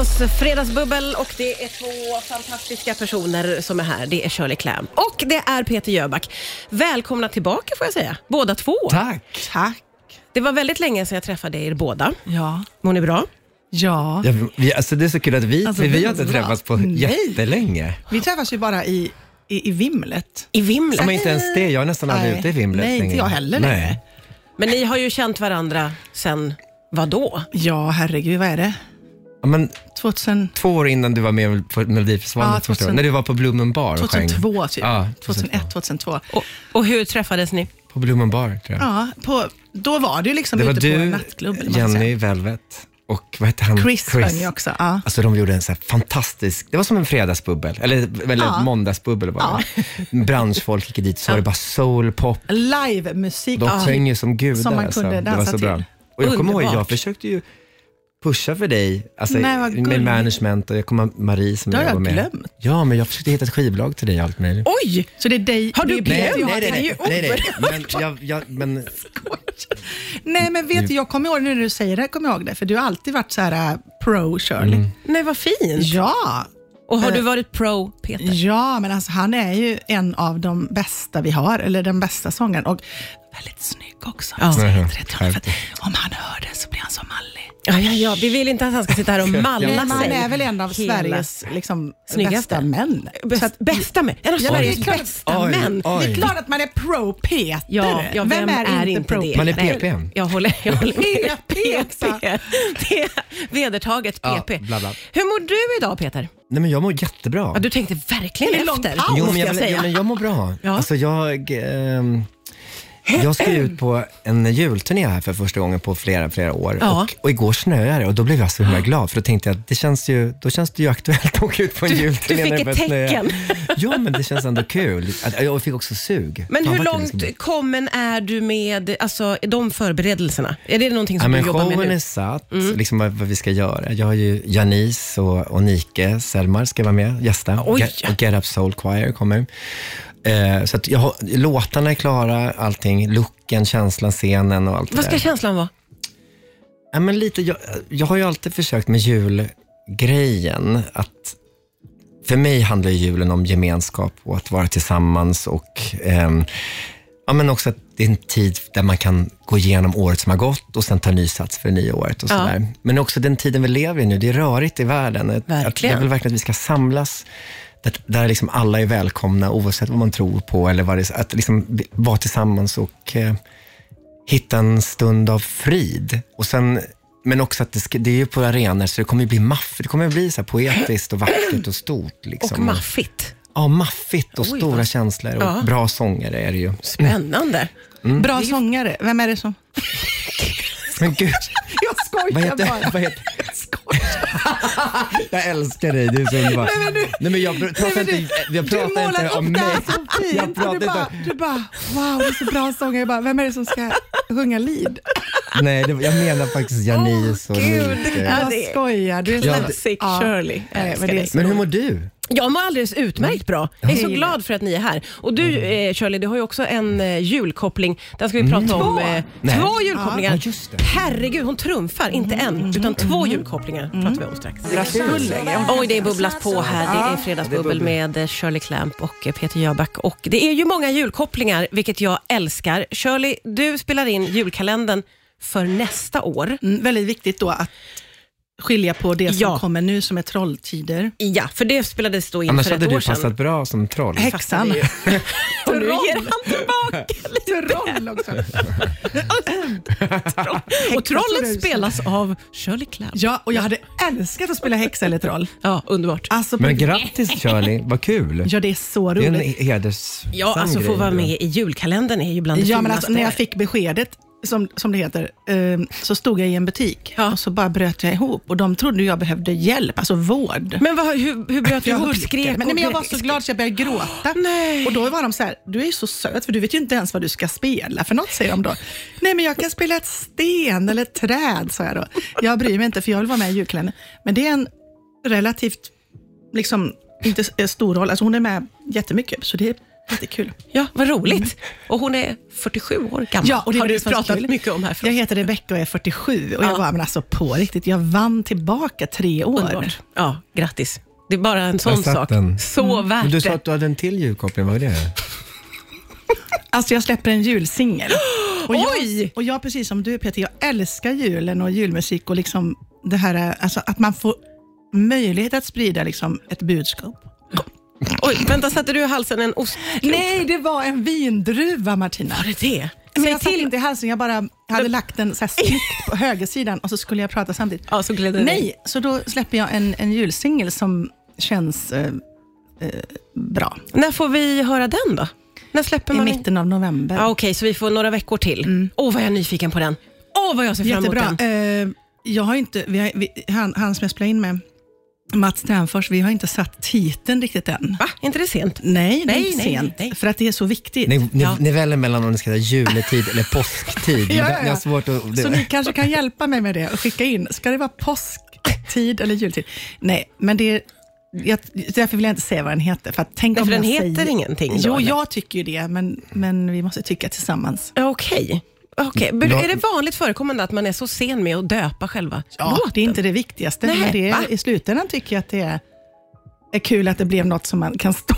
oss Fredagsbubbel och det är två fantastiska personer som är här. Det är Shirley Clamp och det är Peter Jöback. Välkomna tillbaka får jag säga, båda två. Tack. Tack. Det var väldigt länge sedan jag träffade er båda. Ja. Mår ni bra? Ja. Ja, vi, alltså det är så kul att vi, Alltså, för vi vi har inte var- träffats på Nej. jättelänge. Vi träffas ju bara i, i, i vimlet. I Ja, vimlet. men inte ens det, jag är nästan aldrig Nej. ute i vimlet Nej, inte längre. jag heller längre. Nej. Men ni har ju känt varandra sen vadå? Ja, herregud, vad är det? Ja, men 2000, två år innan du var med på Melodifestivalen Ja, första 2000 gången, när du var på Blommen bar och sjöng. 2002 typ. Ja, 2001, 2002. Och, och hur träffades ni? På Blommen bar tror jag. Ja, på, då var det ju liksom det var ute på en du, nattklubb. eller vad man ska säga. Jenny, Velvet och vad hette han? Chris, sjöng ju också. Ja. Alltså de gjorde en så här fantastisk, det var som en fredagsbubbel, eller, eller Ja. måndagsbubbel var det. Branschfolk gick dit, så var det bara soulpop, Live-musik. De sjöng ju som gudar. Som man alltså. kunde det var dansa så bra. till. Och jag kommer ihåg, jag Underbart. försökte ju pusha för dig, alltså, Nej, vad med gulligt. management och jag kommer ihåg Marie som Det har jag jag var med. glömt. Ja, men jag försökte hitta ett skivbolag till dig och allt möjligt. Oj! Så det är dig... Har du det är glömt? Nej, jag- det är ju nej, nej, oerhört. men, jag, jag, men Nej, men Mm. vet du, jag kommer ihåg när du säger det, kommer jag ihåg det, för du har alltid varit så här äh, pro Shirley. Mm. Nej, vad fint. Ja, Och har du varit pro Peter? Ja, men alltså, han är ju en av de bästa vi har, eller den bästa sångaren. Och väldigt snygg också. Jag säger inte det till honom, för att om han hör det så blir han som Malli. Ja, ja, ja. Vi vill inte att han ska sitta här och malla sig. Men han är väl en av Hela- Sveriges liksom, Snyggaste. bästa män. Bäst, Så att- bästa män. En av Ja, men det är Sveriges klart- bästa Oj, män. oj. Det är klart att man är pro-Peter. Ja, ja, vem, är, inte det? Man är Nej, PP. Jag håller, jag håller med. PP. PP. Det är vedertaget Ja, PP. bla, bla. Hur mår du idag Peter? nej, men jag mår jättebra. Ja, du tänkte verkligen Det är lång efter. paus, Jo, men måste jag, jag vill- säga. ja, men jag mår bra. Ja. Alltså jag, ehm, jag ska ju ut på en julturné här för första gången på flera, flera år. Ja. Och, och igår snöade det och då blev jag så himla glad, för då tänkte jag att det känns ju, då känns det ju aktuellt att åka ut på en du julturné. fick när det ett börjar snöa. tecken. Ja, men det känns ändå kul. Att- Jag fick också sug. Men Fan, hur vad kul det ska bli. långt kommen är du med alltså, de förberedelserna? Är det någonting Ja, som men du jobbar med showen nu? Mm. är satt, liksom vad, vad vi ska göra. Jag har ju Janice och, och Nike Selmar ska vara med, gästa. Oj. Get, och Get Up Soul Choir kommer. Eh, så att jag har, låtarna är klara, allting. Looken, känslan, scenen och allt Vad det ska där. känslan vara? Ja, men lite, jag, jag har ju alltid försökt med julgrejen att för mig handlar ju julen om gemenskap och att vara tillsammans och ehm, ja, men också att det är en tid där man kan gå igenom året som har gått och sen ta ny sats för det nya året och Ja. sådär. Men också den tiden vi lever i nu, det är rörigt i världen. Att- Att Verkligen. jag vill verkligen att vi ska samlas där, där liksom alla är välkomna oavsett vad man tror på eller vad det är. Att liksom vara tillsammans och eh, hitta en stund av frid. Och sen, men också att det, ska, det är ju på arenor, så det kommer ju bli maff, det kommer bli så här poetiskt och vackert och stort. Liksom. Och maffigt. Ja, maffigt och Oj, stora vad- känslor och Ja. bra sångare är det ju. Spännande. Mm. Bra sångare. Vem är det som... Men gud, Jag vad skojar bara. heter, vad heter Jag älskar dig, du är så underbar. Nej, men du- Nej, men jag pr- pratar Nej, men inte, jag du pratar målar inte upp om det mig. här så fint. Jag pratar och du, inte bara, du bara, wow, det är så bra sångare. Jag bara, vem är det som ska sjunga lead? Nej, det, jag menar faktiskt Janice och gud. Nike. Ja, Jag det- skojar. Du är Ja, så det- Sick Shirley. Jag Nej, älskar men det dig. är så Men hur mår du? Jag mår alldeles utmärkt Mm. bra. Jag är så Hej. glad för att ni är här. Och du eh, Shirley, du har ju också en eh, julkoppling. Där ska vi prata om eh, Mm. Nej. två julkopplingar. Ja, just det. Mm. Herregud, hon trumfar. Inte en, utan två julkopplingar pratar vi om strax. Oj, det är bubblas på här. Det är Fredagsbubbel med eh, Shirley Clamp och eh, Peter Jöback. Och det är ju många julkopplingar, vilket jag älskar. Shirley, du spelar in julkalendern för nästa år. Mm, väldigt viktigt då att skilja på det som Ja. kommer nu som är trolltider. Ja, för det spelades då in Annars för ett hade år du sedan. passat bra som troll. Häxan. Och nu ger han tillbaka Troll också. Och trollet spelas av Shirley Clamp. Ja, och jag hade älskat att spela häxa eller troll. Ja, underbart. Alltså, på- Men grattis Shirley, vad kul. ja, det är så Det är en roligt. heders Ja, alltså få grej. vara med i julkalendern är ju bland det Ja, men finaste. alltså, när jag fick beskedet, som, som det heter, eh, så stod jag i en butik och så bara bröt jag ihop. Och de trodde jag behövde hjälp, alltså vård. Men vad, hur, hur bröt du Jag ihop? hulkade. Skrek men, nej, men jag och- var så glad så jag började gråta. Nej. Och då var de så här, du är ju så söt för du vet ju inte ens vad du ska spela för något, säger de då. Nej, men jag kan spela ett sten eller ett träd, sa jag då. Jag bryr mig inte för jag vill vara med i julkalendern. Men det är en eh, relativt, liksom, inte s- stor roll. Alltså hon är med jättemycket, så det är Lite kul. Ja, vad roligt. Och hon är 47 år gammal. Ja, och det har var det du som var så pratat kul. mycket om här för Jag oss. heter Rebecca och är 47 och Ja. jag var men alltså på riktigt, jag vann tillbaka tre år. Underbart. Ja, grattis. Det är bara en sån Jag satt sak. den. Så Mm. värt Men du sa det. att du hade en till julkoppling, vad var det? Alltså jag släpper en julsingel. Och jag, Oj! och jag, precis som du Peter, jag älskar julen och julmusik och liksom det här eh, alltså att man får möjlighet att sprida liksom ett budskap. Oj, vänta, satte du i halsen en ost? Nej, det var en vindruva Martina. Var det det? Men Säg jag satte till. inte i halsen, jag bara hade lagt den så här snyggt på högersidan och så skulle jag prata samtidigt. Ja, så glädjer Nej, så då släpper jag en, en julsingel som känns eh, eh, bra. När får vi höra den då? När släpper I man mitten av november. Ja, Okej, så vi får några veckor till. Åh, Mm. vad jag är nyfiken på den. Åh, vad jag ser fram emot Jättebra. den. Eh, jag har inte, vi har, vi, han, han som jag spelar in med, Mats Ternfors, vi har inte satt titeln riktigt än. Va? Är inte det sent? Nej, det är Nej, inte nej, sent, nej. för att det är så viktigt. Ni, ni, Ja. ni väljer mellan om ni ska säga juletid eller påsktid. Ja, Det- ja, Det är ja. svårt att... Så ni Det, kanske kan hjälpa mig med det och skicka in. Ska det vara påsktid eller jultid? Nej, men det är... Jag, därför vill jag inte säga vad den heter. För att tänk Nej, om för den jag heter säger... ingenting då, Jo, eller? jag tycker ju det, men, men vi måste tycka tillsammans. Ja, Okej. Okej, Mm. men Ja. Är det vanligt förekommande att man är så sen med att döpa själva låten? det är inte det viktigaste, Nej, men det va? är, i slutändan tycker jag att det är, är kul att det blev något som man kan stå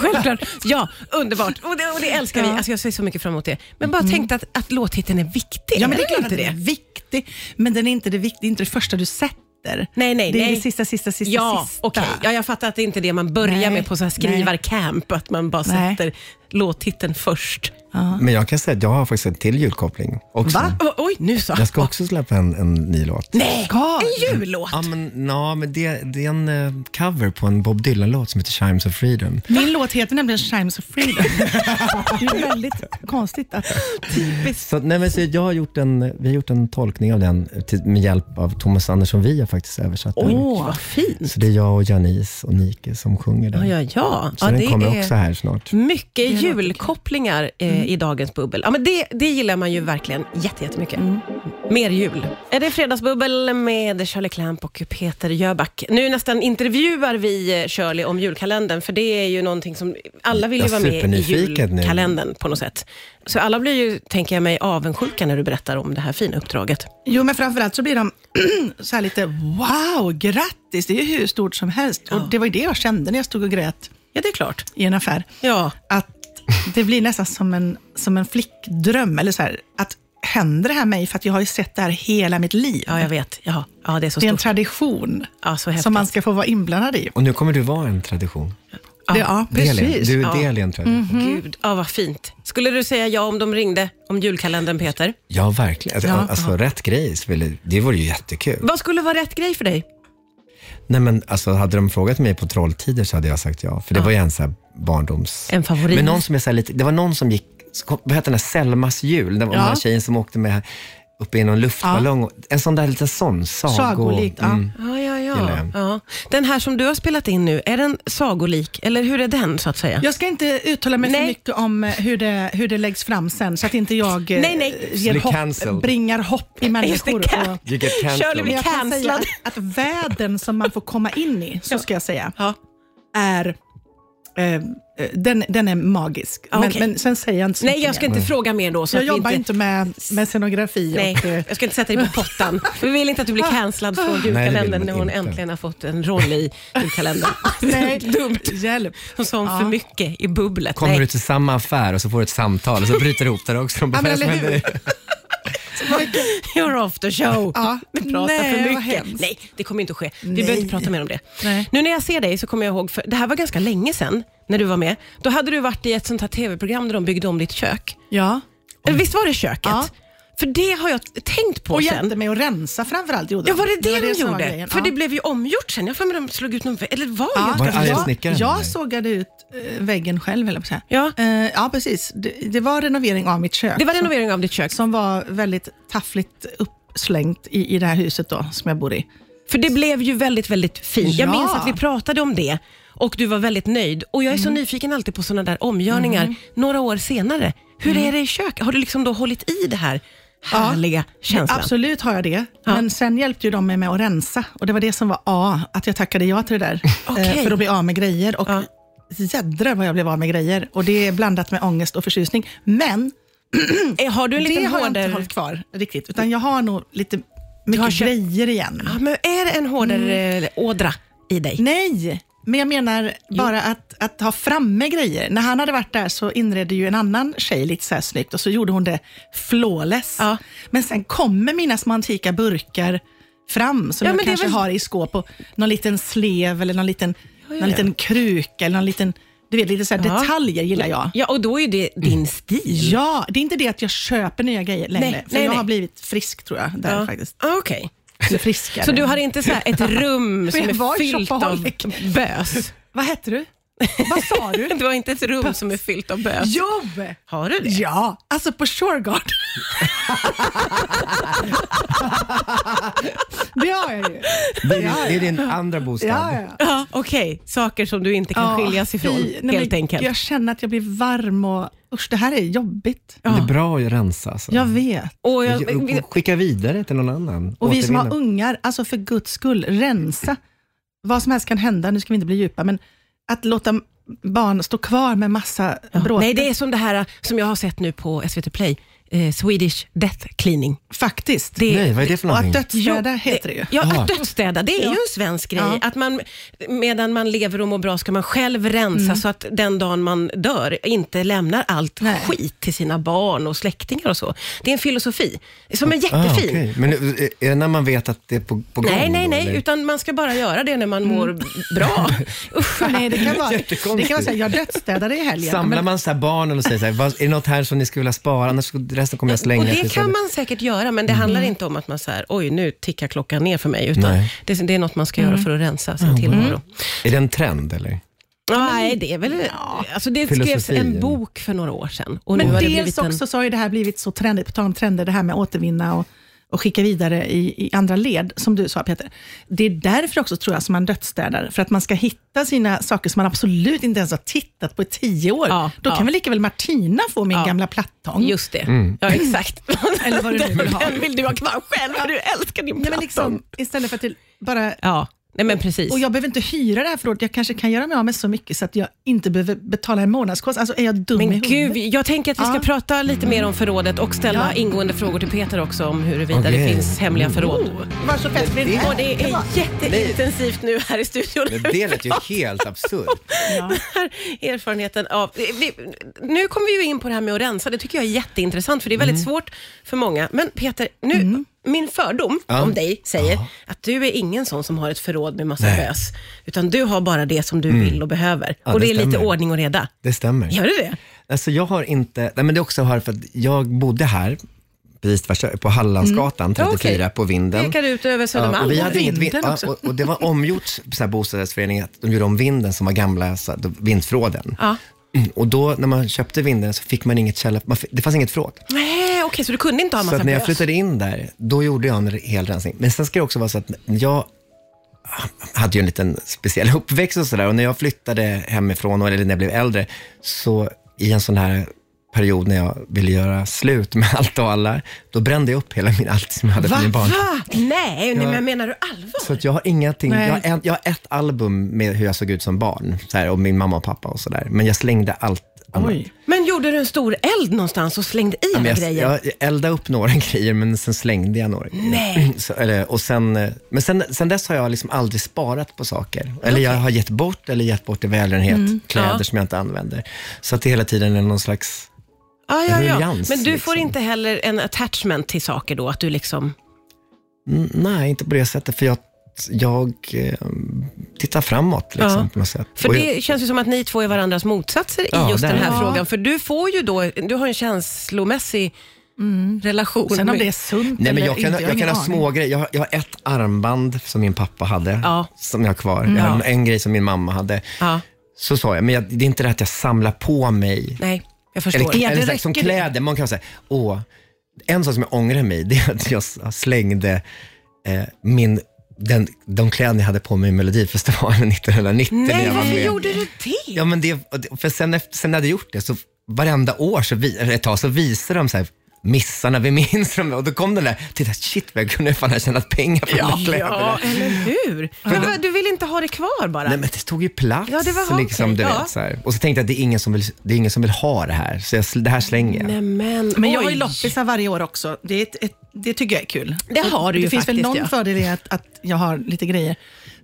Självklart. Ja, underbart. Och det, och det älskar vi. Ja. Mm. Alltså, jag ser så mycket fram emot det. Men bara tänkt att, att låttiteln är viktig. Ja, men det är Eller klart att det är viktigt, men den är inte det, vikt, det, är inte det första du sätter. Nej, nej, det är nej. det sista, sista, sista, Ja, sista. okej. Ja, jag fattar att det inte är det man börjar Nej, med på så här skrivarcamp, att man bara Nej. sätter låttiteln först. men jag kan säga att jag har faktiskt en till julkoppling också. Va? O- oj, nu så. Jag ska också släppa en, en ny låt. Nej, Ska en jullåt. Ja, men, ja, men det, det är en eh, cover på en Bob Dylan-låt som heter Chimes of Freedom. Min låt heter nämligen Chimes of Freedom. det är väldigt konstigt att... Så, nej, men, så jag har gjort en, vi har gjort en tolkning av den eh, till, med hjälp av Thomas Andersson. Vi har faktiskt översatt den. Åh, vad fint. Så det är jag och Janice och Nike som sjunger den. Ja, ja, ja. Så ja den kommer är också här snart. Mycket julkopplingar eh, Mm. i dagens bubbel. Ja, men det, det gillar man ju verkligen jätte, jättemycket. Mm. Mer jul. Är det Fredagsbubbel med Shirley Clamp och Peter Jöback. Nu nästan intervjuar vi eh, Shirley om julkalendern, för det är ju någonting som alla vill ju Jag vara är med i supernyfiken nu. julkalendern på något sätt. Så alla blir ju, tänker jag mig, avundsjuka när du berättar om det här fina uppdraget. Jo, men framförallt så blir de så här lite wow, grattis, det är ju hur stort som helst. Och det var ju det jag kände när jag stod och grät Ja, det är klart. i en affär. Ja, Att det blir nästan som en, som en flickdröm, eller så här, att händer det här mig? För att jag har ju sett det här hela mitt liv. ja jag vet. Ja, ja, det är så Det är en stort. tradition Ja, så häftigt. som man ska få vara inblandad i. Och nu kommer du vara en tradition. Ja, det, ja Mhm. Del i- precis. Du är Ja. del i en tradition. Mm. Gud, ja, vad fint. Skulle du säga ja om de ringde om julkalendern, Peter? Ja, verkligen. Alltså, Ja. alltså rätt grej, skulle- det vore ju jättekul. Vad skulle vara rätt grej för dig? Nej, men alltså, hade de frågat mig på trolltider så hade jag sagt ja. För det var ju en så här barndoms... En favorit. Men någon som är så här lite, det var någon som gick, så kom- vad hette den där Selmas jul? Den var Ja. den här tjejen som åkte med uppe i någon luftballong. Och- En sån där liten sån, sago. Mm. Sagolikt, ja. Ja, ja, Gillar ja. jag. ja. Den här som du har spelat in nu, är den sagolik? Eller hur är den så att säga? Jag ska inte uttala mig Nej. för mycket om eh, hur det, hur det läggs fram sen, så att inte jag eh, Nej, nej. Ger Blir hopp, cancelled. bringar hopp i Just det, människor. ca- och- You get cancelled. Shirley blir jag kan säga cancellad. att, att världen som man får komma in i, så ska jag säga, Ja. är eh, eh, den, den är magisk. Ah, men, okej. men sen säger jag inte så Nej, mycket jag ska mer. inte fråga mer då. Så jag att vi jobbar inte med, med Ah. scenografi. Nej, Och, eh, jag ska inte sätta dig på pottan. Vi vill inte att du blir cancellad från julkalendern man när hon inte. äntligen har fått en roll i julkalendern. nej, Dumt. Hjälp. Hon sa hon för mycket i bubblet. Kommer Nej. du till samma affär och så får du ett samtal och så bryter du ihop där också. Ja, men eller hur? You're after show. Ja. Du pratar Nej, för vad mycket. hemskt. Nej, det kommer inte att ske. Vi Nej. behöver inte prata mer om det. Nej. Nu när jag ser dig så kommer jag ihåg, för det här var ganska länge sedan när du var med. Då hade du varit i ett sånt här tv-program där de byggde om ditt kök. Ja. Eller Visst var det köket? Ja. För det har jag t- tänkt på Och hjälpte sen. mig att rensa framförallt. gjorde Ja, de. var det det, var de som var gjorde? grejen. För Ja. det blev ju omgjort sen. Jag har för mig de slog ut någon vä- Eller var Ja, det Var det arga snickaren? jag, jag sågade ut eh, väggen själv, eller på Eh, Ja. ja, precis. Det, det var renovering av mitt kök. Det var renovering av ditt kök. Som var väldigt taffligt uppslängt i, i det här huset då, som jag bor i. För det blev ju väldigt, väldigt fint. Jag Ja. Mm. minns att vi pratade om det och du var väldigt nöjd. Och jag är så nyfiken alltid på sådana där omgörningar några år senare. Hur Mm. är det i köket? Har du liksom då hållit i det här härliga känslan? Absolut har jag det. Men sen hjälpte ju de mig med att rensa. Och det var det som var A, att jag tackade ja till det där. Okej. Eh, För att bli av med grejer. Och Ja. jädrar vad jag blev av med grejer. Och det är blandat med ångest och förtjusning. Men Eh, Har du en det liten har jag inte hårdare... hållit kvar riktigt, utan jag har nog lite mycket har köpt- Ah, grejer igen. Ja, men är det en hårdare Mm. eh, ådra i dig? Nej, men jag menar bara att, att ha framme grejer. När han hade varit där så inredde ju en annan tjej lite så här snyggt och så gjorde hon det flawless. Ja. Men sen kommer mina små antika burkar fram som Ja, men jag det är kanske väl- har i skåp och någon liten slev eller någon liten, ja, någon ja. liten kruka eller någon liten, du vet lite så här Ja. detaljer gillar jag. Ja, och då är det Mm. din stil. Ja, det är inte det att jag köper nya grejer längre, Nej, för nej, jag nej. har blivit frisk tror jag, där Ja. faktiskt. Ah, Okej. Eller friskare. Så du har inte så här ett rum som jag är var fyllt av shopaholic. bös? Vad hette du? Vad sa du? Du har inte ett rum som är fyllt av bös? Jo! Har du det? Ja, alltså på Shurgard. det har jag ju. Det är, din- det är din andra bostad. Ja, ja. Ja, Okej, saker som du inte kan Ja, skiljas ifrån fy. Nej, helt men enkelt. Jag känner att jag blir varm och usch, det här är jobbigt. Det är bra att rensa. Alltså. Jag vet. Och jag, Skicka vidare till någon annan. Och vi som har Återvinna. ungar, alltså för guds skull, rensa. Vad som helst kan hända, nu ska vi inte bli djupa, men att låta barn stå kvar med massa bråte. nej, det är som det här äh, som jag har sett nu på SVT Play, eh, Swedish Death Cleaning. Faktiskt. Det, Nej, vad är det för och att någonting? dödsstäda heter det ju. Ja, Ah. att dödsstäda, det är ju en svensk grej. Ja. Att man, medan man lever och mår bra ska man själv rensa Mm. så att den dagen man dör inte lämnar allt Nej. skit till sina barn och släktingar och så. Det är en filosofi som är Ah, jättefin. okej. Men är är det när man vet att det är på, på gång? Nej, nej, då, nej, eller? utan man ska bara göra det när man mår bra. Usch, Mm. Nej, det kan vara, det kan Jättekonstigt. vara så här, jag dödsstädade i helgen. Samlar men- man så här barnen och säger så här, "Vad- är det något här som ni skulle vilja spara, annars resten kommer jag slänga. Och det tills kan jag-" man säkert göra, men det Mm. handlar inte om att man så här, oj, nu tickar klockan ner för mig, utan Nej. mm. det, det är något man ska göra Mm. för att rensa sin tillvaro. Är det en trend eller? Nej, det är väl... Alltså det skrevs Filosofi, en ja. bok för några år sedan. Och nu Men har det dels blivit en... också så har ju det här blivit så trendigt, på tal om trender, det här med återvinna och, och skicka vidare i, i andra led, som du sa Peter. Det är därför också tror jag som man dödsstädar, för att man ska hitta sina saker som man absolut inte ens har tittat på i tio år. Ja, Då ja. kan väl lika väl Martina få min Ja. gamla plattång? Just det, Mm. ja exakt. Eller vad du nu vill ha. Den vill du ha kvar själv, för du älskar din Nej, platta. men liksom, istället för att det bara... Ja, nej men precis. Och jag behöver inte hyra det här förrådet, jag kanske kan göra mig av med så mycket så att jag inte behöver betala en månadskost. Alltså är jag dum i Men huvudet? gud, jag tänker att vi ska Ja. prata lite mer om förrådet och ställa Ja. ingående frågor till Peter också om huruvida det Okej. finns hemliga förråd. Var så fest blir Oh. det Och här. det är jätteintensivt nu här i studion. Men det lät ju helt absurt. Den här erfarenheten av... Vi, nu kommer vi ju in på det här med att rensa. Det tycker jag är jätteintressant, för det är väldigt Mm. svårt för många. Men Peter, nu, min fördom Ja. om dig säger att du är ingen sån som har ett förråd med massa Nej. Mm. bös, utan du har bara det som du vill och behöver. Ja, och det, det är lite stämmer. ordning och reda. Det stämmer. Gör du det? Alltså jag har inte, nej men det är också här för att jag bodde här, precis tvärs över, på Hallandsgatan 34 Mm. Okej. på Vinden. Pekar ut över Södermalm. och vi hade Vinden inget vin- ja, också. och, och det var omgjort, så här, bostadsrättsföreningen, att de gjorde om vinden som var gamla så här, då- vindfråden. Ja. Mm, Och då när man köpte vinden så fick man inget källa, man fick, det fanns inget förråd. Nej, okej, så du kunde inte ha Så massa att när jag bös? flyttade in där, då gjorde jag en hel rensning. Men sen ska det också vara så att jag hade ju en liten speciell uppväxt och sådär. Och när jag flyttade hemifrån, och- eller när jag blev äldre, så i en sån här period när jag ville göra slut med allt och alla, då brände jag upp hela min, allt som jag hade Va? för min barn. Va? Nej, nej, men menar du allvar? Så att jag har ingenting, jag Nej. har, en, jag har ett album med hur jag såg ut som barn, så här, och min mamma och pappa och sådär. Men jag slängde allt annat. Oj. Men gjorde du en stor eld någonstans och slängde i alla Men jag, grejer? jag eldade upp några grejer, men sen slängde jag några grejer. Nej. Så, eller, och sen, eh, men sen, sen dess har jag liksom aldrig sparat på saker. Eller jag har gett bort eller gett bort i välgörenhet kläder Mm. Ja. som jag inte använder. Så att det hela tiden är någon slags... Ja, ja, ja. Ruljans, Men du får liksom. inte heller en attachment till saker då? Att du liksom... Mm, Nej, inte på det sättet. För jag, jag eh, tittar framåt liksom, Ja. på något sätt. För Och det jag, känns ju som att ni två är varandras motsatser i Ja, just där. den här Ja. frågan. För du får ju då, du har en känslomässig Mm. relation. Sen om med- det är sunt Nej, men eller jag kan, inte, jag ingen kan ha aning. små grejer. Jag, har- jag har ett armband som min pappa hade, Ja. Mm, som jag har kvar. Jag har en, en grej som min mamma hade. Ja, Så sa jag, men jag, det är inte det att jag samlar på mig nej, jag förstår. Eller, ja, eller det sagt, som räcker det. kläder, man kan säga, åh, en sak som jag ångrar mig i, det är att jag s- slängde eh, min, den, de kläder jag hade på mig i Melodifestivalen 1990. när nej, jag var varför med. gjorde du det? Ja, men det, och det- för sen, efter- sen när jag hade gjort det, så varenda år, så vi, eller ett tag, så visade de så här, missarna, vi minns dem. Och då kom den där, titta shit vad jag kunde fan ha tjänat pengar på de här kläderna. Ja, eller hur? Men vad, du vill inte ha det kvar bara? Nej men det tog ju plats. Ja, det var- liksom, du okej, ja. vet, så här. Och så tänkte jag att det är ingen som vill, det är ingen som vill ha det här, så jag, sl- det här slänger jag. Nej, men, Men jag har oj. ju loppisar varje år också. Det, är ett, ett, det tycker jag är kul. Det Så har du ju Det finns väl faktiskt, någon ja. fördel i att, att jag har lite grejer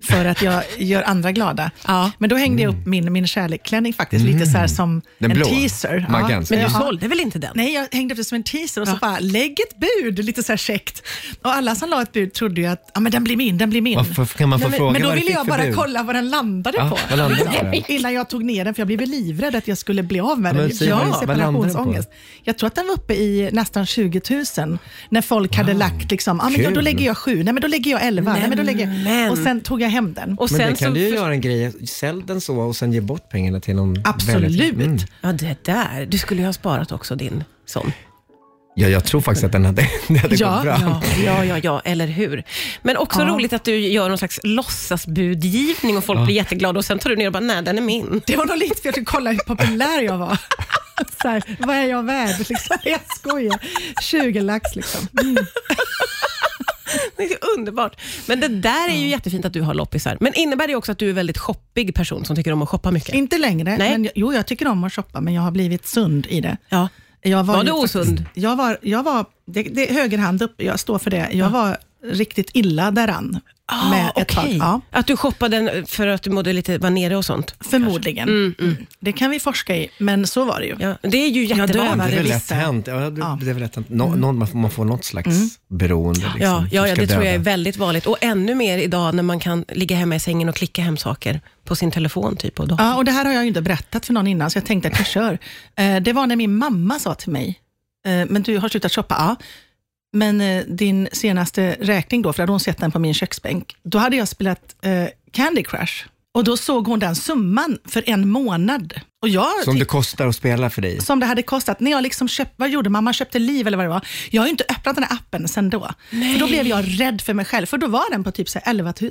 för att jag gör andra glada. Ja. Men då hängde jag upp min, min kärlekklänning faktiskt, lite så här som Mm. Den en blå. teaser. Maggans. Men du Ja. sålde väl inte den? Nej, jag hängde upp det som en teaser och så bara, lägg ett bud, lite så här käckt. Och alla som la ett bud trodde ju att, ja men den blir min, den blir min. Varför kan man få men, fråga men då vad det ville fick jag för bara bud? kolla vad den landade Ja, på. vad landade den på? Innan jag tog ner den, för jag blev ju livrädd att jag skulle bli av med Ja, den. men säg, Jag vad- har vad landade den på? separationsångest. Jag tror att den var uppe i nästan 20 000 när folk hade lagt liksom, ah, men jag, då Kul. lägger jag sju, nej men då lägger jag elva, nej, men då lägger jag... Nämen. Och sen tog jag hem den. Och Men det sen kan så du ju för- göra en grej, sälj den så och sen ge bort pengarna till någon Absolut. väldigt- Mm. Ja, det där. Du skulle ju ha sparat också din sån. Ja, jag tror faktiskt att den hade, det hade Ja, gått bra. Ja, ja, ja, ja, eller hur? Men också Ja. roligt att du gör någon slags låtsasbudgivning och folk blir jätteglada och sen tar du ner och bara, nej, den är min. Det var nog lite för jag skulle kolla hur populär jag var. Så här, vad är jag värd? Liksom, jag skojar. 20 lax liksom. Det är underbart. Men det där är ju jättefint att du har loppisar. Men innebär det också att du är en väldigt shoppig person som tycker om att shoppa mycket? Inte längre. Nej. Men, jo, jag tycker om att shoppa, men jag har blivit sund i det. Ja. Jag Var ju du faktiskt- osund? Jag var, jag var det, det är höger hand upp, jag står för det. Jag var riktigt illa däran. Ah, okej. Ja, Att du shoppade för att du mådde lite, var nere och sånt? förmodligen. Det kan vi forska i, men så var det ju. Ja, det är ju jättevanligt. dövar. Det är väl lätt vissa. hänt. Ja, det, Ja. det är väl lätt hänt. Nå, någon, man, får, man får något slags beroende. Liksom, Mm. Ja, ja, som ja, ska det tror jag är döda. väldigt vanligt. Och ännu mer idag när man kan ligga hemma i sängen och klicka hem saker på sin telefon. typ. Och då. Ja, och det här har jag ju inte berättat för någon innan, så jag tänkte att jag kör. Eh, Det var när min mamma sa till mig, eh, men du har slutat shoppa? Ja. Men eh, din senaste räkning då, för hade hon sett den på min köksbänk, då hade jag spelat eh, Candy Crush. Och då såg hon den summan för en månad. Och jag Som det kostar att spela för Alltså, dig. som det hade kostat. När jag liksom köpt, vad gjorde mamma? köpte liv eller vad det var. Jag har ju inte öppnat den här appen sen då. För då blev jag rädd för mig själv, för då var den på typ så här 11 000.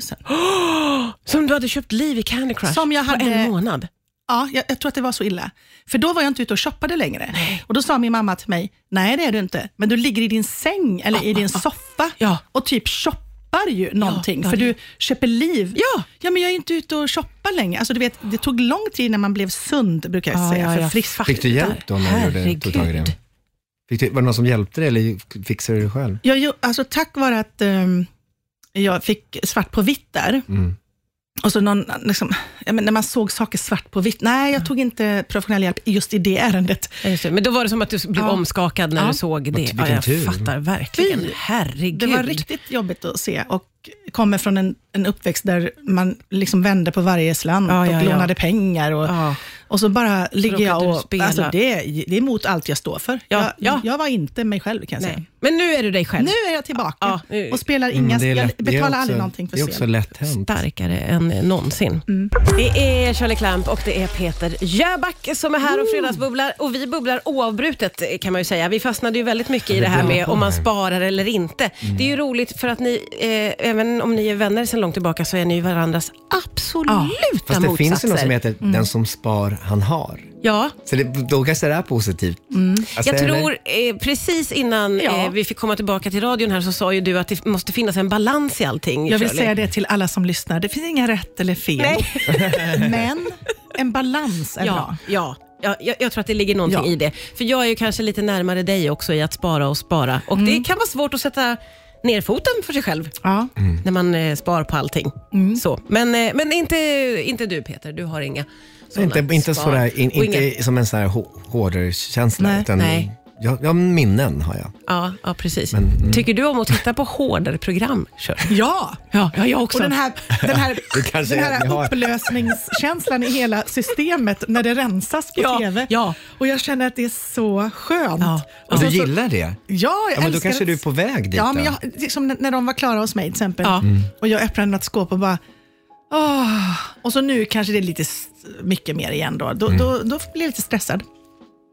Som du hade köpt liv i Candy Crush Som jag på hade- en månad. Ja, jag, jag tror att det var så illa. För då var jag inte ute och shoppade längre. Och då sa min mamma till mig, nej det är du inte, men du ligger i din säng eller i din soffa Ah, Ja. och typ shoppar ju någonting, ja, för det- du köper liv. Ja. ja, men jag är inte ute och shoppar längre. Alltså, du vet, det tog lång tid innan man blev sund, brukar jag säga, för frisk. Fick du hjälp då när du gjorde, Herregud. tog tag i det? Fick du, var det någon som hjälpte dig eller fixade du det själv? Jag, gjo- alltså, tack vare att ehm, jag fick svart på vitt där, Mm. och så någon, liksom, ja, men när man såg saker svart på vitt, nej, jag tog inte professionell hjälp just i det ärendet. Ja, just det. Men då var det som att du blev Ja. omskakad när Ja. du såg det. vilken Ja, jag tur. fattar verkligen. Fy. Herregud. Det var riktigt jobbigt att se och kommer från en, en uppväxt där man liksom vände på varje slant Ja, ja, och ja. lånade pengar. Och, Ja. och så bara ligger jag du och... spela. Alltså det, det är emot allt jag står för. Ja, jag, ja. jag var inte mig själv kan jag säga. Nej. Men nu är du dig själv. Nu är jag tillbaka Ja, nu- och spelar inga... Mm, det är jag lätt- det är betalar också- aldrig någonting för Det är också scen. lätt hänt. starkare än någonsin. Det är Shirley Clamp och det är Peter Jöback som är här och fredagsbubblar. Och vi bubblar oavbrutet kan man ju säga. Vi fastnade ju väldigt mycket i det här bubblar med på om man här. Mm. sparar eller inte. Det är ju roligt för att ni, eh, även om ni är vänner sedan långt tillbaka, så är ni ju varandras absoluta Fast det motsatser. Mm. finns ju något som heter den som spar han har. Ja, Så det, då kanske det är positivt. Alltså, Mm. Jag eller? tror eh, precis innan Ja. eh, vi fick komma tillbaka till radion här så sa ju du att det måste finnas en balans i allting. Jag vill Shirley. säga det till alla som lyssnar, det finns inga rätt eller fel. Men en balans är bra. Ja, ja. Ja, jag, jag tror att det ligger någonting Ja. i det. För jag är ju kanske lite närmare dig också i att spara och spara. Och det kan vara svårt att sätta ner foten för sig själv Ja. Mm. när man eh, spar på allting. Så. Men, eh, men inte, inte du Peter, du har inga sådana Inte, inte, spar. sådär, in, Och inga- inte som en sån här hå- hårdare-känsla. Nej. utan Nej. Jag, jag, minnen har jag. Ja, ja precis. mm. Tycker du om att titta på hårdare program? Kör. Ja! Ja, ja, jag också. Och den här, den här, Det kanske den är att ni här har- upplösningskänslan i hela systemet när det rensas på Ja, TV. ja. Och jag känner att det är så Ja, skönt. ja. Och Och Alltså, så, du så, gillar det? ja, jag Ja, men då älskar kanske att- du är på väg dit. Ja, men då. Mm. jag, liksom, när- när de var klara hos mig till exempel Mm. Ja. och jag öppnade något skåp och bara Åh. Och så nu kanske det är lite s- mycket mer igen då. Mm. Då, då, då blir jag lite stressad.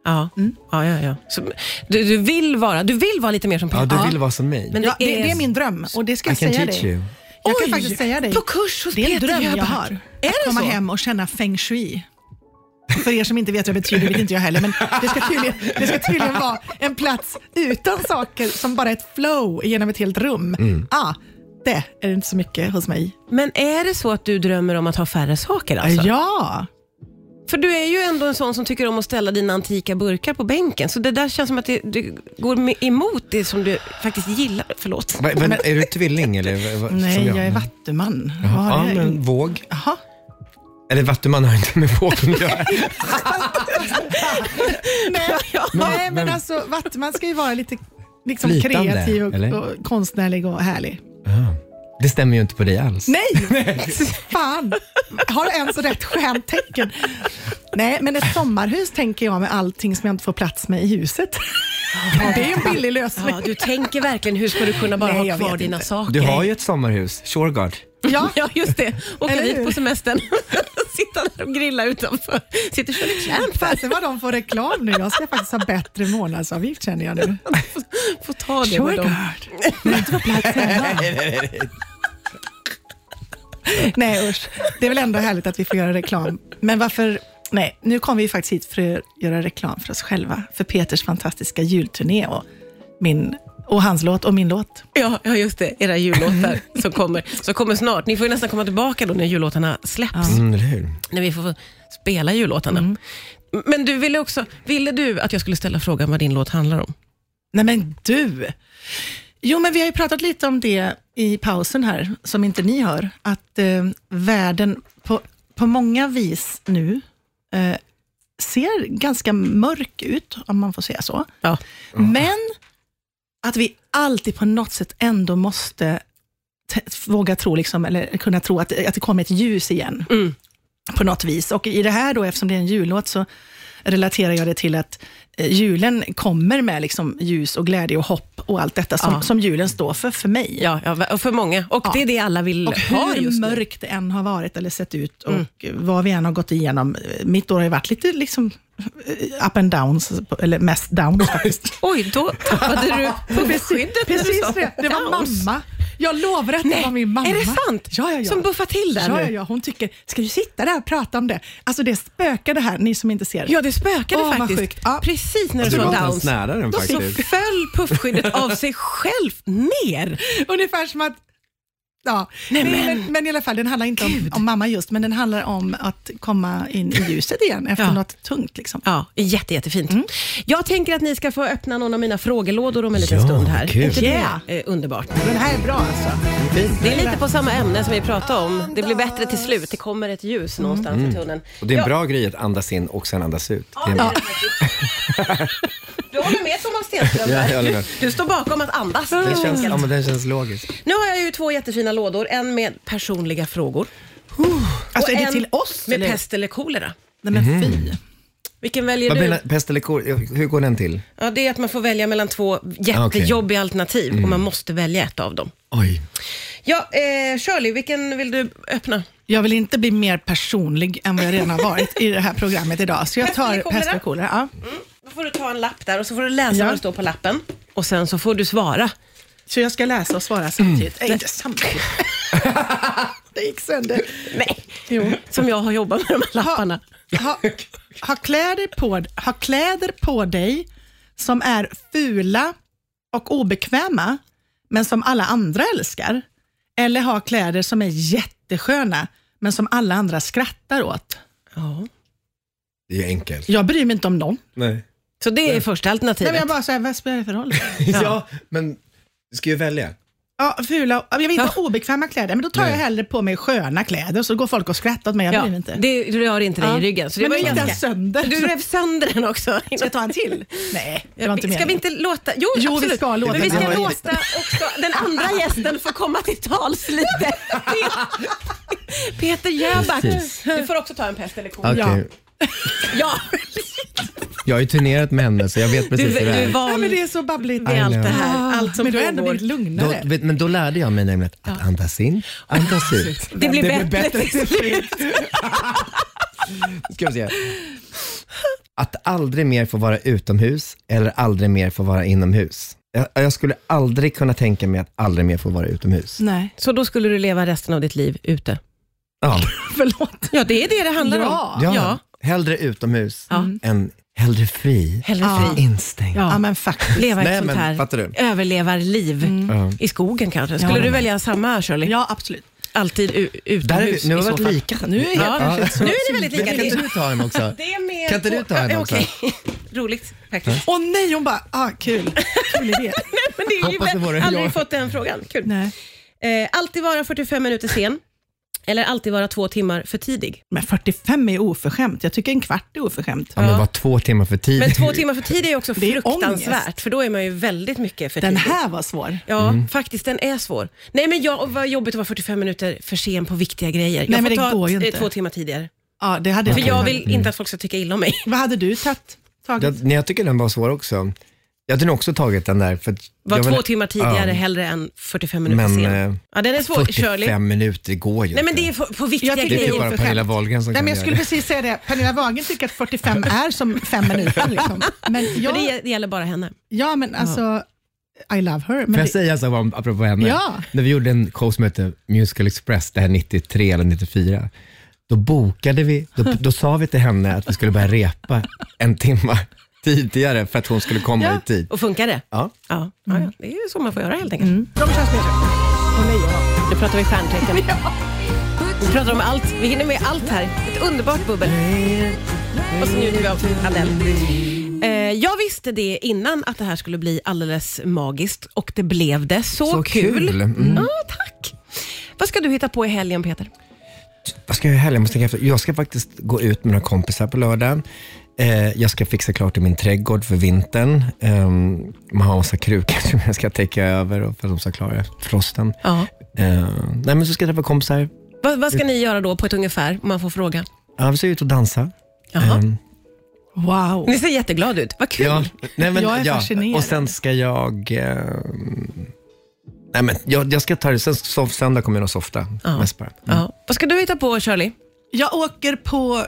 Ja, Mm. ja, ja. ja. Så, du, du, vill vara, du vill vara lite mer som Ja, Peter. du vill vara som mig. Men Ja, det, är- det är min dröm och det ska jag I can säga teach dig. you. Jag Oj, kan faktiskt säga dig. på kurs hos det är en Peter dröm jag Jöback. har. Är att det komma så? hem och känna feng shui. För er som inte vet vad det betyder vet inte jag heller, men det ska tydligen, det ska tydligen vara en plats utan saker som bara ett flow genom ett helt rum. Mm. Ah, det är det inte så mycket hos mig. Men är det så att du drömmer om att ha färre saker? Alltså? Ja, För du är ju ändå en sån som tycker om att ställa dina antika burkar på bänken, så det där känns som att det, det går me- emot det som du faktiskt gillar. Förlåt. Va- Men, är du tvilling eller? va- nej, som jag är vattuman. Vad har Ja, jag? men våg. Jaha. Eller vattuman har inte med våg att göra. Nej, nej, men men- alltså Vattenman ska ju vara lite liksom, Flytande, kreativ eller? och, och konstnärlig och härlig. Det stämmer ju inte på dig alls. Nej! Fan! Har du ens rätt stjärntecken? Nej, men ett sommarhus tänker jag med allting som jag inte får plats med i huset. Det är ju en billig lösning. Ja, du tänker verkligen, hur ska du kunna bara Nej, ha jag kvar vet dina inte. saker? Du har ju ett sommarhus, Shurgard. Ja, Ja, just det. Åka Eller dit hur? på semestern. Sitta där och grilla utanför. Sitter och kör klämt här. fasen vad de får reklam nu. Jag ska faktiskt ha bättre månadsavgift känner jag nu. Får, får ta det med dem. Shurgard. Vet du vad plats Nej usch, det är väl ändå härligt att vi får göra reklam. Men varför? Nej, nu kom vi ju faktiskt hit för att göra reklam för oss själva. För Peters fantastiska julturné och, min, och hans låt och min låt. Ja, ja, just det. Era jullåtar som kommer, som kommer snart. Ni får ju nästan komma tillbaka då när jullåtarna släpps. Mm, eller hur? När vi får spela jullåtarna. Mm. Men du ville också, ville du att jag skulle ställa frågan vad din låt handlar om? Nej men du! Jo, men vi har ju pratat lite om det i pausen här, som inte ni hör, att eh, världen på, på många vis nu eh, ser ganska mörk ut, om man får säga så. Ja. Men att vi alltid på något sätt ändå måste t- våga tro, liksom, eller kunna tro att, att det kommer ett ljus igen. Mm. På något vis. Och i det här då, eftersom det är en jullåt, så relaterar jag det till att eh, julen kommer med liksom ljus och glädje och hopp och allt detta som, Ja. som julen står för, för mig. Ja, ja, och för många. Och det är det alla vill Och ha hur just Mm. nu. mörkt det än har varit eller sett ut och vad vi än har gått igenom. eh, Mitt år har ju varit lite liksom eh, up and downs, eller mest downs faktiskt. Oj, då tappade du buffskyddet när du Precis sa det, det var downs. mamma. Jag lovar att det var min mamma. Är det sant? Ja, ja, ja. Som buffar till där ja, nu? ja, ja. Hon tycker, ska du sitta där och prata om det? Alltså det spökar det här, ni som inte ser det. Ja, det spökade Åh, vad faktiskt. sjukt. Ja. Precis när du Du sa Alltså, var inte downs. ens nära den Då så faktiskt. föll puffskyddet av sig själv ner. Ungefär som att Ja, Nej, men, men- men, i alla fall, den handlar inte om, om mamma just, men den handlar om att komma in i ljuset igen efter Ja. något tungt. Liksom. Ja, jätte, jättefint. Mm. Jag tänker att ni ska få öppna någon av mina frågelådor om en liten Ja, stund här. kul. Inte det? Yeah. Eh, underbart. Den här är bra alltså. Det är lite på samma ämne som vi pratade om. Det blir bättre till slut. Det kommer ett ljus Mm. någonstans Mm. i tunneln. Och det är en bra grej att andas in och sen andas ut. Det är en- Ja. Du håller med Thomas Stenström Ja, jag håller där. med. Du står bakom att andas. Det helt känns, enkelt. ja, men den känns logisk. Nu har jag ju två jättefina lådor. En med personliga frågor. Alltså och är det en till oss? Med eller? pest eller kolera. Nej men fy. Vilken väljer Vad du? menar, pest eller kor, hur går den till? Ja, det är att man får välja mellan Ah, två jättejobbiga alternativ Mm. och man måste välja ett av dem. Oj. Ja, eh, Shirley, vilken vill du öppna? Jag vill inte bli mer personlig än vad jag redan har varit i det här programmet idag, så jag Pest eller tar kolera? pest och kolera. Ja. Då får du ta en lapp där och så får du läsa Ja. vad det står på lappen. Och sen så får du svara. Så jag ska läsa och Mm. svara samtidigt. Nej, inte samtidigt. det gick sönder. Nej, Jo. som jag har jobbat med de här lapparna. Ha, ha, kläder på, ha kläder på dig som är fula och obekväma, men som alla andra älskar. Eller ha kläder som är jättesköna, men som alla andra skrattar åt. Ja. Det är ju enkelt. Jag bryr mig inte om någon. Nej. Så det är första alternativet. Nej, men jag bara så här, vad spelar det för roll? Ja. men du ska ju välja. Ja, fula, och- jag vill inte ha obekväma kläder, men då tar jag hellre på mig sköna kläder, så går folk och skrattar åt mig. Jag bryr mig ja, inte. det rör inte dig Ja. i ryggen. Så det men var nu ju gick den ganska... sönder. Du rev sönder den också. Ska jag ta en till? Nej, det var Ska inte vi meningen. inte låta... Jo, Jo, vi absolut. ska låta Men vi den. ska Ja, låta också den andra gästen få komma till tals lite. Peter Jöback, Precis. du får också ta en pest eller kolera. Okej. Ja, Jag har ju turnerat med henne så jag vet du, precis du hur det är är. Nej, van men vid det är så babbligt. allt det här. Ah, Allt som men du har ändå pågår. blivit lugnare. Då, vet- men då lärde jag mig nämligen att andas in, andas ut. Det blir bättre till slut. Ska vi se. Att aldrig mer få vara utomhus eller aldrig mer få vara inomhus. Jag, jag skulle aldrig kunna tänka mig att aldrig mer få vara utomhus. Nej, Så då skulle du leva resten av ditt liv ute? Ja, förlåt. Ja, det är det det handlar om. ja. Ja. hellre utomhus än hellre fri. Hellre än fri. Instängd. Ja. Ja, men faktiskt. Leva Nej, ett sånt men fattar här du? överlevarliv i skogen kanske. Skulle du välja samma Shirley? Ja, absolut. Alltid u- utomhus Där är vi, nu har i så vi varit fall. lika. Nu är jag kanske inte så- Nu är det väldigt lika. Men Kan inte du ta en också? Det är mer Kan inte du ta en Ja, också? Okej, roligt faktiskt. Åh nej, hon bara, ah, kul. Kul idé. Nej, men det är ju Hoppas det vore aldrig jag. fått den frågan. Kul. nej. Eh, alltid vara 45 minuter sen eller alltid vara två timmar för tidig. Men 45 är oförskämt. Jag tycker en kvart är oförskämt. Ja, men var två timmar för tidigt. Men två timmar för tidig är ju också Det är fruktansvärt, ångest. för då är man ju väldigt mycket för Den tidig. här var svår. Ja, Mm. faktiskt. Den är svår. Nej, men jag, och vad jobbigt att vara 45 minuter för sen på viktiga grejer. Jag Nej, men får det ta går ju eh, inte. två timmar tidigare. Ja, Mm. det hade För jag kunnat. vill inte att folk ska tycka illa om mig. Vad hade du tagit? tagit? Jag, nej, jag tycker den var svår också. Jag hade nog också tagit den där. För att Var jag två vill- timmare tidigare Ja, hellre än 45 minuter Men, eh, sen. Ja, den är svår. Shirley. 45 minuter går ju Nej, men inte. det är på, på viktiga Jag tycker Det är typ grejer. bara för Pernilla skämt. Wahlgren som Nej, kan men jag göra skulle det. precis säga det. Pernilla Wagen tycker att 45 är som fem minuter. Liksom. Men Men jag, det, det gäller bara henne. ja, men alltså, I love her. Får Men jag det, säga så här, apropå henne? Ja. När vi gjorde en show som hette Musical Express, det här 93 eller 94, då bokade vi, då, då sa vi till henne att vi skulle börja repa en timme tidigare för att hon skulle komma Ja. i tid. Och funkar det? Ja. Ja, ja, ja. det är ju så man får göra helt enkelt. de körs med sig. Hon är jag. Nu pratar vi stjärntecken. Vi pratar om allt. Vi hinner med allt här. Ett underbart bubbel. Och så njuter vi av Adele. Eh, jag visste det innan att det här skulle bli alldeles magiskt och det blev det. Så, Så kul! kul. Mm. Ja, tack! Vad ska du hitta på i helgen, Peter? Vad ska jag göra i helgen? Jag måste tänka efter. Jag ska faktiskt gå ut med några kompisar på lördag. Eh, jag ska fixa klart i min trädgård för vintern. Eh, man har massa krukor som jag ska täcka över och för att de ska klara frosten. Ja. Eh, nej, men så ska jag träffa kompisar. Vad, vad ska ni göra då på ett ungefär, om man får fråga? Ja, vi ska ut och dansa. Jaha. Eh, Wow. Ni ser jätteglada ut. Vad kul! Ja, nej, men, Jag är ja. fascinerad. Och sen ska jag... Eh, nej, men jag, jag ska ta det. Sen, sov, söndag kommer jag nog softa. Ja. Mest bara. Ja. Vad ska du hitta på, Shirley? Jag åker på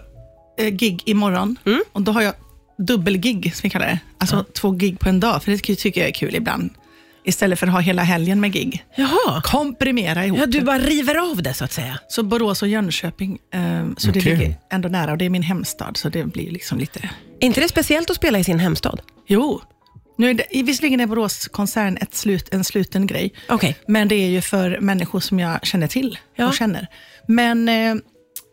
eh, gig imorgon och då har jag dubbelgig, som vi kallar det. Alltså två gig på en dag, för det tycker jag är kul ibland. Istället för att ha hela helgen med gig. Jaha. Komprimera ihop Ja, det. du bara river av det, så att säga. Så Borås och Jönköping, eh, så det Okej. ligger ändå nära och det är min hemstad, så det blir liksom lite... Är inte det speciellt att spela i sin hemstad? Jo, nu är det, visserligen är Borås koncern ett slut, en sluten grej, Okej. men det är ju för människor som jag känner till Ja. och känner. Men, eh,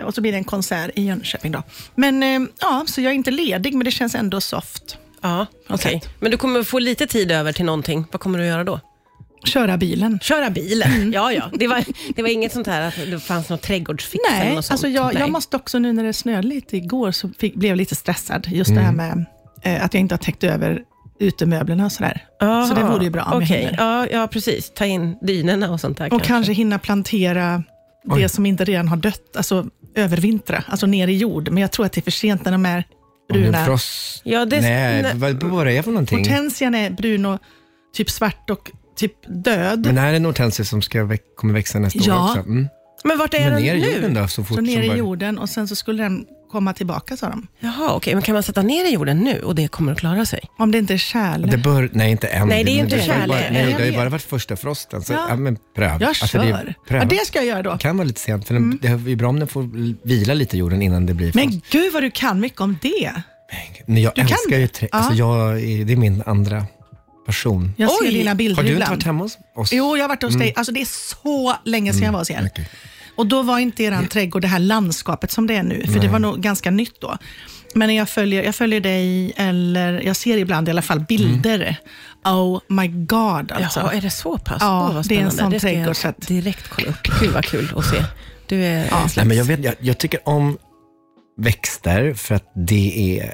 och så blir det en konsert i Jönköping då. Men eh, ja, så jag är inte ledig, men det känns ändå soft. Ja, okej. sätt. Men du kommer få lite tid över till någonting. Vad kommer du göra då? Mm. Köra bilen. Köra bilen? Ja, ja. Det var, det var inget sånt här att det fanns något trädgårdsfix eller Nej, något sånt? alltså jag, Nej. jag måste också nu när det snöade lite igår så fick, blev jag lite stressad. Just det här med eh, att jag inte har täckt över utemöblerna och sådär. Så det vore ju bra om jag Ah, Okej, hinner. ja, ja, precis. Ta in dynorna och sånt där Och kanske hinna plantera det som inte redan har dött, alltså övervintra, alltså ner i jord. Men jag tror att det är för sent när de är Om det är bruna. frost... Ja, det- nej, nej. Vad, vad är det för någonting? Hortensian är brun och typ svart och typ död. Men är det en hortensia som ska väx, kommer växa nästa Ja. år också? Mm. Men vart är Men den ner i jorden nu? då, så fort Så ner som i bara- jorden och sen så skulle den komma tillbaka, sa de. Jaha, okej. Men kan man sätta ner i jorden nu och det kommer att klara sig? Om det inte är kärle. Det bör, nej, inte än. Nej, det är ju Men inte har ju bara- kärlek. Nej, Jag det har ju vet. bara varit första frosten. Så, Ja. ja. men pröv. Jag Alltså, det, kör. är- pröv. Ja, det ska jag göra då. kan vara lite sent, för den, det är bra om den får vila lite i jorden innan det blir frost. Men gud vad du kan mycket om det. Nej, jag Du kan älskar ju det. trä- Ja. alltså, jag, är- Det är min andra person. Jag ser Oj! dina bilder Har du inte ibland. varit hemma hos oss? Jo, jag har varit hos dig. Alltså, det är så länge sedan jag var hos er. Mm, Okej. Och då var inte eran trädgård det här landskapet som det är nu, för det var nog ganska nytt då. Men när jag följer, jag följer dig, eller jag ser ibland i alla fall bilder. Mm. Oh my god alltså. Jaha, är det så pass? Ja, Åh, vad det är en spännande. sån ska jag trädgård, så att- direkt kolla upp. Gud vad kul att se. Du är en slags- Nej, men jag, vet, jag, jag tycker om växter för att det är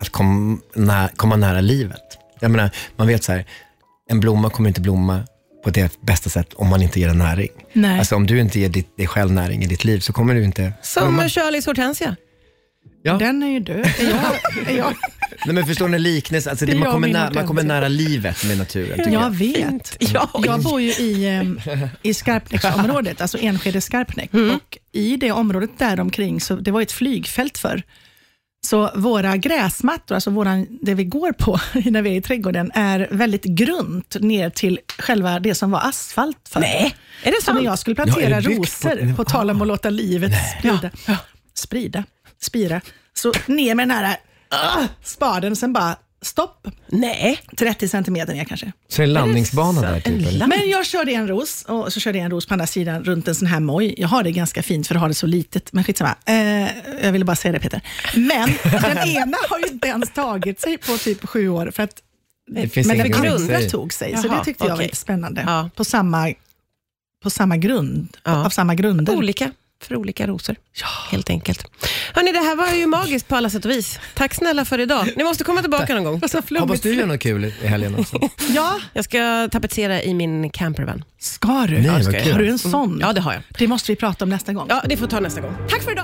att kom, nä, komma nära livet. Jag menar, man vet så här, en blomma kommer inte blomma på det bästa sätt om man inte ger den näring. Nej. Alltså om du inte ger ditt, dig själv näring i ditt liv så kommer du inte... Som Shirleys hortensia. Ja. Den är ju död. Är jag, är jag, Nej, men förstår ni liknelsen? Alltså, Det det, är man, jag kommer och min nära, man kommer hortensia. nära livet med naturen. tycker jag jag. vet. Ja, Jag bor ju i, em, i Skarpnäcksområdet, alltså Enskede Skarpnäck. Mm. Och I det området där omkring, så det var ett flygfält för. Så våra gräsmattor, alltså våran, det vi går på när vi är i trädgården, är väldigt grunt ner till själva det som var asfalt för. Nej, är det Så när sant? jag skulle Ja, är plantera det byggt på- rosor, på, tal om att låta livet sprida, Ja. sprida, spira, Så ner med den här ah, spaden, sen bara stopp. Nej. 30 centimeter ner kanske. Så är det landningsbana där typ? eller? Men jag körde en ros och så körde jag en ros på andra sidan runt en sån här moj. Jag har det ganska fint för att ha det så litet, men skitsamma. Eh, jag ville bara säga det Peter. Men den ena har ju inte ens tagit sig på typ sju år. För att, eh, Det finns men den ingen grund. andra tog sig, så Jaha, det tyckte jag var okej. lite spännande. Ja. På, samma, på samma grund, Ja. av samma grunder. Olika för olika rosor, helt enkelt. Hörni, det här var ju magiskt på alla sätt och vis. Tack snälla för idag. Ni måste komma tillbaka någon gång. Och så Hoppas Alltså, flummigt. du gör något kul i i helgen också. Ja, Jag ska tapetsera i min campervan. Mm. ska du? Nej, vad har kul. du en sån? Ja, det har jag. Det måste vi prata om nästa gång. Ja, det får ta nästa gång. Tack för idag!